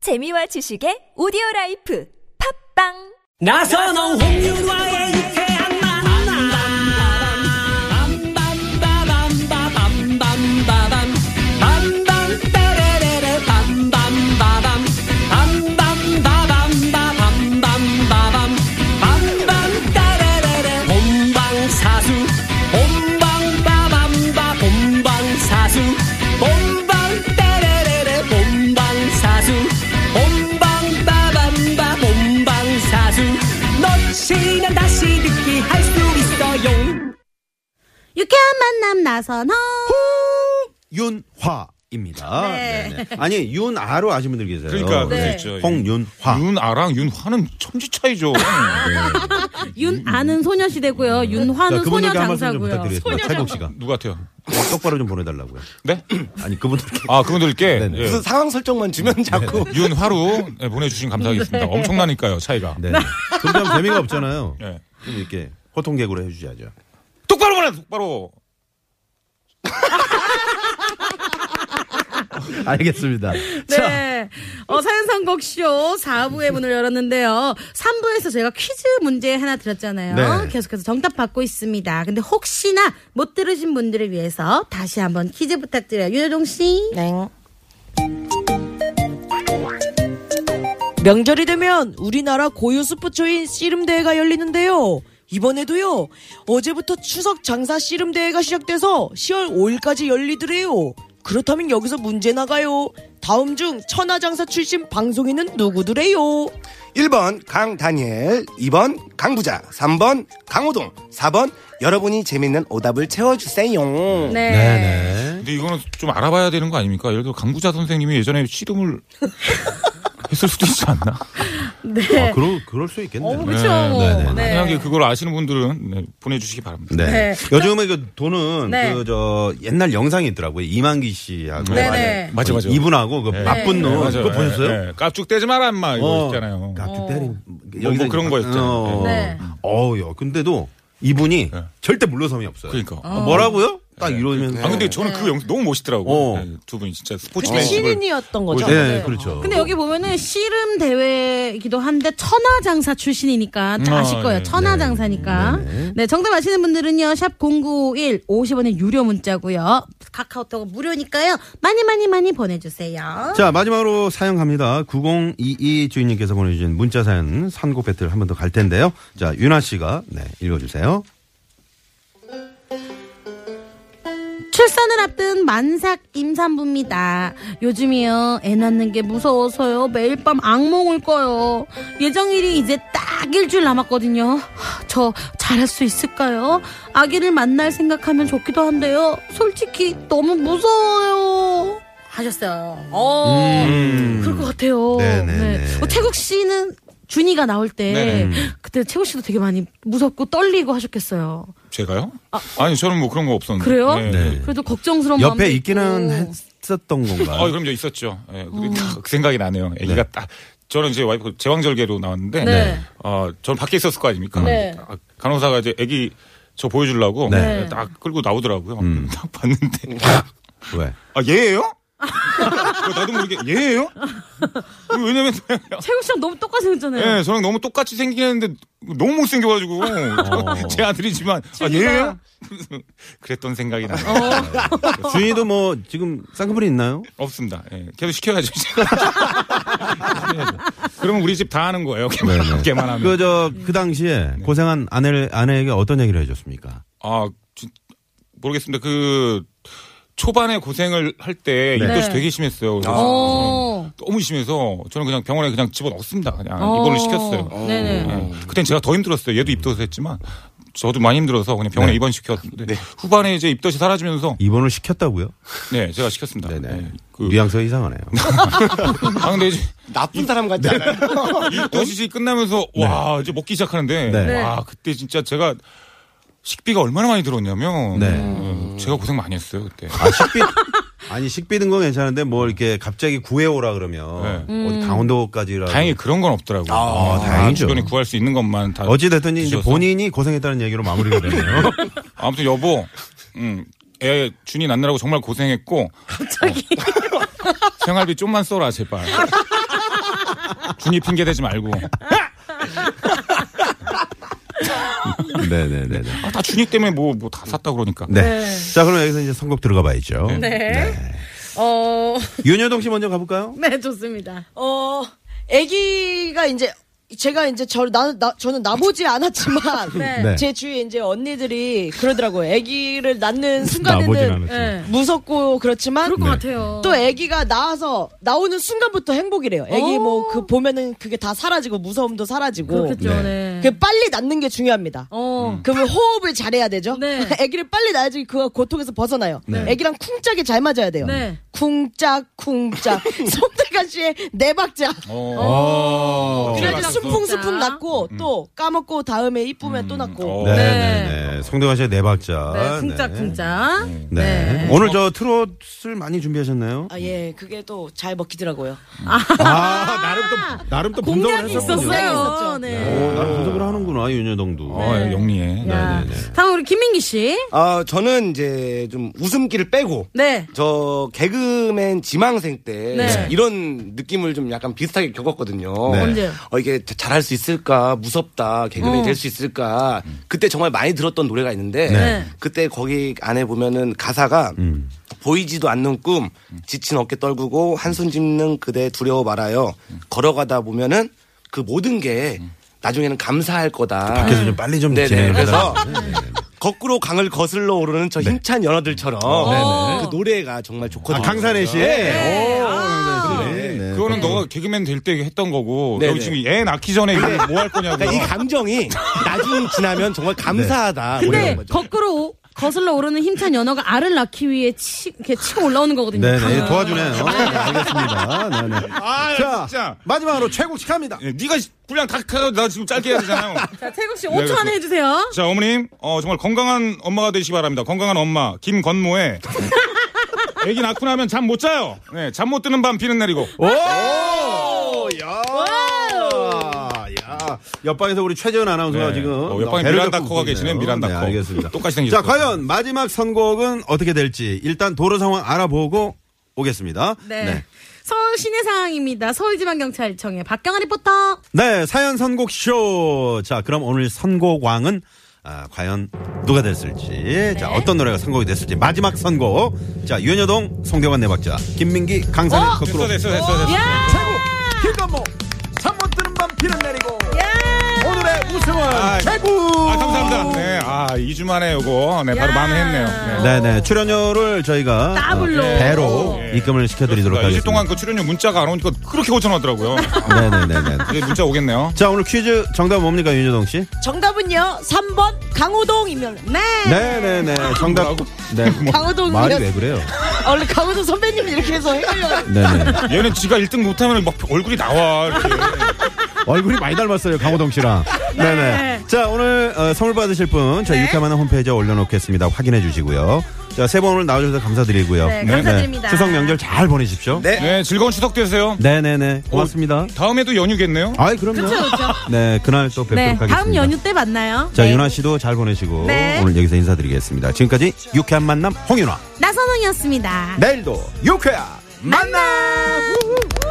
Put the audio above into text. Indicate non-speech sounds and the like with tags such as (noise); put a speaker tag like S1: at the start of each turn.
S1: 재미와 지식의 오디오 라이프 팝빵
S2: 나선홍 홍윤화의 유쾌한 만남 빰빰빠밤빠밤빠밤 빰빰빠라라라 빰빰빠밤 빰빰빠밤빠밤빠밤 빰빰따라라라 본방사수 본방빠밤빠 본방사수 본방따라라라 본방사수 본방빠밤빠 본방사수 놓치면 다시 듣기 할 수 있어요
S3: 유쾌한 만남 나선홍.
S4: 윤화입니다.
S3: 네.
S4: 네네. 아니 윤아로 아시는 분들 계세요.
S5: 그러니까
S3: 네.
S5: 그렇죠.
S4: 홍윤화.
S3: 음,
S5: 윤아랑 윤화는 천지 차이죠. (laughs)
S3: 윤 아는 소녀시대고요.
S4: 자,
S3: 윤화는 소녀
S4: 그분에게 한 말씀 좀
S3: 장사고요.
S4: 부탁드리겠습니다. 최국 씨가
S5: 누구 같아요?
S4: 똑바로 좀 보내달라고요.
S5: 네?
S4: 아니 그분들께
S5: 아 그분들께
S4: 네네.
S5: 예. 네,
S6: 무슨 상황 설정만 주면 자꾸 네.
S5: 윤화로 예, 보내주신
S6: (laughs)
S5: 감사하겠습니다. 엄청나니까요 차이가.
S4: 네. 그럼 재미가 없잖아요.
S5: 예.
S4: 좀 이렇게 호통개구로 해주셔야죠.
S5: 똑바로 보내 똑바로.
S4: 알겠습니다.
S3: 네. 어, 사연선곡쇼 4부의 문을 열었는데요. 3부에서 제가 퀴즈 문제 하나 드렸잖아요.
S4: 네.
S3: 계속해서 정답 받고 있습니다. 근데 혹시나 못 들으신 분들을 위해서 다시 한번 퀴즈 부탁드려요. 윤여동 씨.
S4: 네.
S7: 명절이 되면 우리나라 고유 스포츠인 씨름대회가 열리는데요. 이번에도요, 어제부터 추석 장사 씨름대회가 시작돼서 10월 5일까지 열리더래요. 그렇다면 여기서 문제 나가요. 다음 중 천하장사 출신 방송인은 누구더래요?
S6: 1번 강다니엘 2번 강부자 3번 강호동 4번 여러분이 재밌는 오답을 채워주세요
S3: 네.
S4: 네네.
S5: 근데 이거는 좀 알아봐야 되는 거 아닙니까? 예를 들어 강구자 선생님이 예전에 씨름을 (laughs) 했을 수도 있지 않나?
S4: 아, 그럴 그럴 수 있겠네요.
S3: 네. 어, 그쵸. 네.
S5: 만약에 그걸 아시는 분들은 네, 보내주시기 바랍니다.
S4: 네.
S3: 네.
S4: 요즘에 그 돈은
S3: 네.
S4: 그 저 옛날 영상이 있더라고요. 이만기 씨하고
S3: 네네.
S5: 맞아 맞아.
S4: 이분하고 그 바쁜
S5: 네,
S4: 놈
S5: 맞아요.
S4: 그거 보셨어요? 어.
S5: 네, 네. 깍죽 떼지 마라
S3: 어.
S5: 인마 이거 있잖아요.
S4: 깍두 때린
S5: 뭐 그런 거였잖아요.
S3: 네.
S4: 어. 어우요. 근데도 이분이
S5: 네.
S4: 절대 물러섬이 없어요.
S5: 그러니까.
S4: 아, 뭐라고요? 딱 이러면서.
S5: 아
S6: 네.
S5: 근데
S3: 어,
S5: 저는 그 영상 너무 멋있더라고.
S4: 어.
S5: 네, 두 분이 진짜
S7: 그때
S5: 스포츠맨십을
S7: 신인이었던 거죠.
S4: 네, 그렇죠.
S3: 근데 여기 보면은 씨름 대회이기도 한데 천하장사 출신이니까 다
S5: 아,
S3: 아실 거예요.
S5: 네.
S3: 천하장사니까. 네. 정답 아시는 분들은요. 샵 0951, 50원의 유료 문자고요. 카카오톡은 무료니까요. 많이 많이 많이 보내주세요.
S4: 자, 마지막으로 사연 갑니다. 9022 주인님께서 보내주신 문자 사연 선곡 배틀 한 번 더 갈 텐데요. 자, 윤아 씨가 네, 읽어주세요.
S3: 출산을 앞둔 만삭 임산부입니다. 요즘이요 애 낳는 게 무서워서요 매일 밤 악몽 올 거요. 예정일이 이제 딱 일주일 남았거든요. 저 잘할 수 있을까요? 아기를 만날 생각하면 좋기도 한데요. 솔직히 너무 무서워요. 하셨어요. 어, 그럴 것 같아요.
S4: 음. 네네네.
S3: 어, 태국 씨는 준이가 나올 때
S5: 네네. 음.
S3: 그때 태국 씨도 되게 많이 무섭고 떨리고 하셨겠어요.
S5: 제가요? 아. 니 저는 뭐 그런 거 없었는데.
S3: 그래요?
S5: 네.
S4: 네.
S3: 그래도 걱정스러운 마음도
S4: 옆에 있기는
S3: 있고.
S4: 했었던 건가요?
S5: 어, 그럼요, 있었죠. 예, 근데
S3: 음.
S5: 딱그 생각이 나네요. 애기가 딱, 저는 이제 와이프 제왕절개로 나왔는데,
S3: 네.
S5: 어, 저는 밖에 있었을 거 아닙니까?
S3: 네.
S5: 아, 간호사가 이제 애기 저 보여주려고
S3: 네.
S5: 딱 끌고 나오더라고요. (laughs) 딱 봤는데,
S4: 왜?
S5: 아, 얘예요? 그거 나도 모르게 얘예요? 왜냐면,
S3: (laughs) 태국 씨랑 너무 똑같이
S5: 예,
S3: 생겼잖아요.
S4: 네.
S5: 저랑 너무 똑같이 생기는데 너무 못생겨가지고, 저- (laughs) 제 아들이지만, 아, 얘예요? (laughs) 그랬던 생각이 나네요.
S3: 어.
S4: 주인이도 뭐 지금 쌍꺼풀이 있나요?
S5: 없습니다. 예, 계속 시켜야죠. (laughs) 그러면 우리 집 다 하는 거예요. 걔만, (laughs) 걔만 네, 하면. 네.
S4: 그, 저, 그 당시에 고생한 아내를, 아내에게 어떤 얘기를 해줬습니까?
S5: 아, 진- 모르겠습니다. 그 초반에 고생을 할 때
S4: 네.
S5: 입덧이
S3: 네.
S5: 되게 심했어요. 그래서
S3: 어.
S5: 너무 심해서 저는 그냥 병원에 그냥 집어 넣습니다. 그냥
S3: 어.
S5: 입원을 시켰어요.
S3: 네네.
S5: 예. 그땐 제가 더 힘들었어요. 얘도 입덧했지만 저도 많이 힘들어서 그냥 병원에 입원 시켰는데 후반에 이제 입덧이 사라지면서
S4: 입원을 시켰다고요?
S5: 네 제가 시켰습니다. 예, 그-
S4: 아, 뉘앙스가 이상하네요.
S5: 아 근데 이제
S6: 나쁜 사람 같지 않아요?
S5: 도시지 끝나면서 와 이제 먹기 시작하는데
S4: 네.
S3: 네.
S5: 와 그때 진짜 제가 식비가 얼마나 많이 들었냐면
S4: 네.
S5: 음, 제가 고생 많이 했어요 그때
S4: 아, 식비. 아니, 식비 든 건 괜찮은데, 뭐, 이렇게 갑자기 구해오라 그러면, 어디 강원도까지라.
S5: 다행히 그런 건 없더라고요
S4: 아,
S5: 다
S4: 다행이죠.
S5: 주변에 구할 수 있는 것만 다
S4: 어찌됐든 이제
S5: 드셔서.
S4: 본인이 고생했다는 얘기로 마무리가 되네요.
S5: 아무튼 여보 음, 애 준이 어, (laughs) 낳느라고 정말 고생했고 갑자기 생활비 좀만 써라 제발 중이 핑계 대지 말고.
S4: (laughs) 네네네.
S5: 아, 다 중이 때문에 뭐, 뭐 다 샀다 그러니까.
S4: 네. 자, 그럼 여기서 이제 선곡 들어가 봐야죠.
S3: 어, (laughs)
S4: 윤여동 씨 먼저 가볼까요?
S3: 네, 좋습니다.
S7: 어, 아기가 이제 제가 이제 저 나, 나 저는 나보지 않았지만
S4: 네.
S7: 제 주위에 이제 언니들이 그러더라고요. 아기를 낳는
S4: 나보진
S7: 순간에는
S4: 않았지만.
S3: 네.
S7: 무섭고 그렇지만
S4: 네.
S3: 그럴 것 같아요.
S7: 또 아기가 나와서 나오는 순간부터 행복이래요. 아기 뭐 그 보면은 그게 다 사라지고 무서움도 사라지고
S3: 어. 그렇겠죠,
S4: 네. 음.
S3: 네.
S7: 그 빨리 낳는 게 중요합니다.
S3: 어,
S7: 그러면 호흡을 잘해야 되죠.
S3: 네.
S7: (laughs) 아기를 빨리 낳아야지 그 고통에서 벗어나요. 아기랑 쿵짝이 잘 맞아야 돼요.
S3: 네.
S7: 쿵짝
S3: (laughs)
S7: 쿵짝 손대간 씨의 네 박자.
S4: 아.
S5: 어.
S7: 그래야지
S5: 어.
S7: 순풍순풍 낳고 또 까먹고 다음에 이쁘면 또 낳고.
S5: 어.
S4: 네네네. 성대가 씨의 네 박자.
S3: 네, 쿵짝쿵짝.
S4: 네. 네. 오늘 저 트롯을 많이 준비하셨나요?
S7: 아, 예, 그게 또 잘 먹히더라고요.
S4: 아, 나름 또, 나름 또 분석을
S3: 공략이
S4: 했었군요.
S3: 있었어요. 네.
S4: 오, 나름 분석을 하는구나, 윤여동도.
S5: 어, 영리해.
S7: 네.
S4: 네,
S3: 야. 다음 우리 김민기 씨.
S6: 아, 저는 이제 좀 웃음기를 빼고
S3: 네.
S6: 저 개그맨 지망생 때
S3: 네.
S6: 이런 느낌을 좀 약간 비슷하게 겪었거든요.
S4: 네.
S3: 언제요? 어.
S6: 어, 이게 자- 잘할 수 있을까 무섭다 개그맨이 될 수 있을까 그때 정말 많이 들었던 노래가 있는데
S3: 네.
S6: 그때 거기 안에 보면은 가사가
S4: 음.
S6: 보이지도 않는 꿈 지친 어깨 떨구고 한손 짚는 그대 두려워 말아요 걸어가다 보면은 그 모든 게 나중에는 감사할 거다.
S4: 음. 그래서 좀 빨리 좀
S6: 네네.
S4: 진행을
S6: 그래서
S4: 해달라고. 네, 네.
S6: 거꾸로 강을 거슬러 오르는 저 힘찬 연어들처럼 그 노래가 정말
S4: 아,
S6: 좋거든요. 네.
S4: 강산의 네. 씨. 오, 강산의 씨. 네.
S5: 그거는 너가 개그맨 될 때 했던 거고
S6: 네,
S5: 여기
S6: 네.
S5: 지금 애 낳기 전에 뭐 할 거냐고.
S6: 그러니까 이 감정이 나중 지나면 정말 감사하다.
S4: 네.
S6: 뭐 이런
S3: 근데
S6: 거죠.
S3: 네. 거꾸로 오- 거슬러 오르는 힘찬 연어가 알을 낳기 위해 치, 이렇게 치고 올라오는 거거든요.
S4: 네네.
S3: 강을.
S4: 도와주네요. 네, 알겠습니다. 네네.
S5: 아,
S4: 자,
S5: 진짜.
S4: 마지막으로 최고식 합니다.
S5: 예, 네가 분량 다 커서 나 지금 짧게 해야
S6: (laughs)
S5: 되잖아요.
S3: 자, 태국
S4: 네,
S3: 씨 5초
S4: 그렇죠.
S3: 안에 해주세요.
S5: 자 어머님 어, 정말 건강한 엄마가 되시기 바랍니다. 건강한 엄마 김건모의 애기 낳고 나면 잠 못 자요. 네, 잠 못 드는 밤 비는 내리고.
S6: 어,
S4: 오! 야! 야! 옆방에서 우리 최재현 아나운서가
S5: 네.
S4: 지금
S5: 어, 옆방에
S4: 배를
S5: 미란다
S4: 잡고
S5: 커가
S4: 있네요.
S5: 계시네, 미란다 커.
S4: 알겠습니다.
S5: 똑같이 생겼어요.
S4: 자, 과연 마지막 선곡은 어떻게 될지 일단 도로 상황 알아보고 오겠습니다.
S3: 네.
S4: 네.
S3: 서울 시내 상황입니다. 서울지방경찰청의 박경아 리포터.
S4: 네, 사연 선곡 쇼. 자, 그럼 오늘 선곡왕은 아, 과연 누가 됐을지, 자
S3: 네.
S4: 어떤 노래가 선곡이 됐을지 마지막 선곡. 자, 윤여동, 송대관 내박자, 김민기, 강산의
S3: 어?
S5: 됐어
S4: 거꾸로.
S5: 됐어 됐어 됐어.
S3: 야!
S5: 아, 최고. 아 감사합니다. 네, 아이 주 만에 요거 네 바로
S3: 야.
S5: 만회했네요. 네.
S4: 네네 출연료를 저희가 어,
S3: 더블로.
S4: 배로 입금을 시켜드리도록
S5: 어. 그러니까 2주
S4: 하겠습니다.
S5: 동안 그 출연료 문자가 안 오니까 그렇게 오전하더라고요.
S4: 네네네네.
S5: 이제 문자 오겠네요.
S4: 자 오늘 퀴즈 정답 뭡니까 윤여동 씨?
S7: 정답은요, 3번 강호동이면.
S3: 네.
S4: 네네네 정답.
S5: (laughs)
S4: 네.
S5: 뭐,
S7: 강호동
S4: 말이 왜 그래요?
S7: 아, 원래 강호동 선배님 이렇게 해서 헷갈려요.
S4: 네네.
S5: 얘는 지가 1등 못하면 막 얼굴이 나와. 이렇게.
S4: 얼굴이 많이 닮았어요 강호동 씨랑. 네네. 자 오늘 어, 선물 받으실 분 저희 유쾌만한 홈페이지에 올려놓겠습니다. 확인해 주시고요. 자 세 번 오늘 나와주셔서 감사드리고요.
S3: 네, 감사드립니다.
S4: 추석 명절 잘 보내십시오.
S6: 네.
S5: 네, 즐거운 추석 되세요.
S4: 네네네. 고맙습니다.
S5: 다음에도 연휴겠네요.
S4: 아이 그럼요. 네 그날 또 뵙도록
S3: 네.
S4: 하겠습니다.
S3: 다음 연휴 때 만나요.
S4: 자 윤아 씨도 잘 보내시고
S3: 네.
S4: 오늘 여기서 인사드리겠습니다. 지금까지 유쾌한 만남 홍윤아.
S3: 나선홍이었습니다.
S4: 내일도 유쾌한 만남. 우후.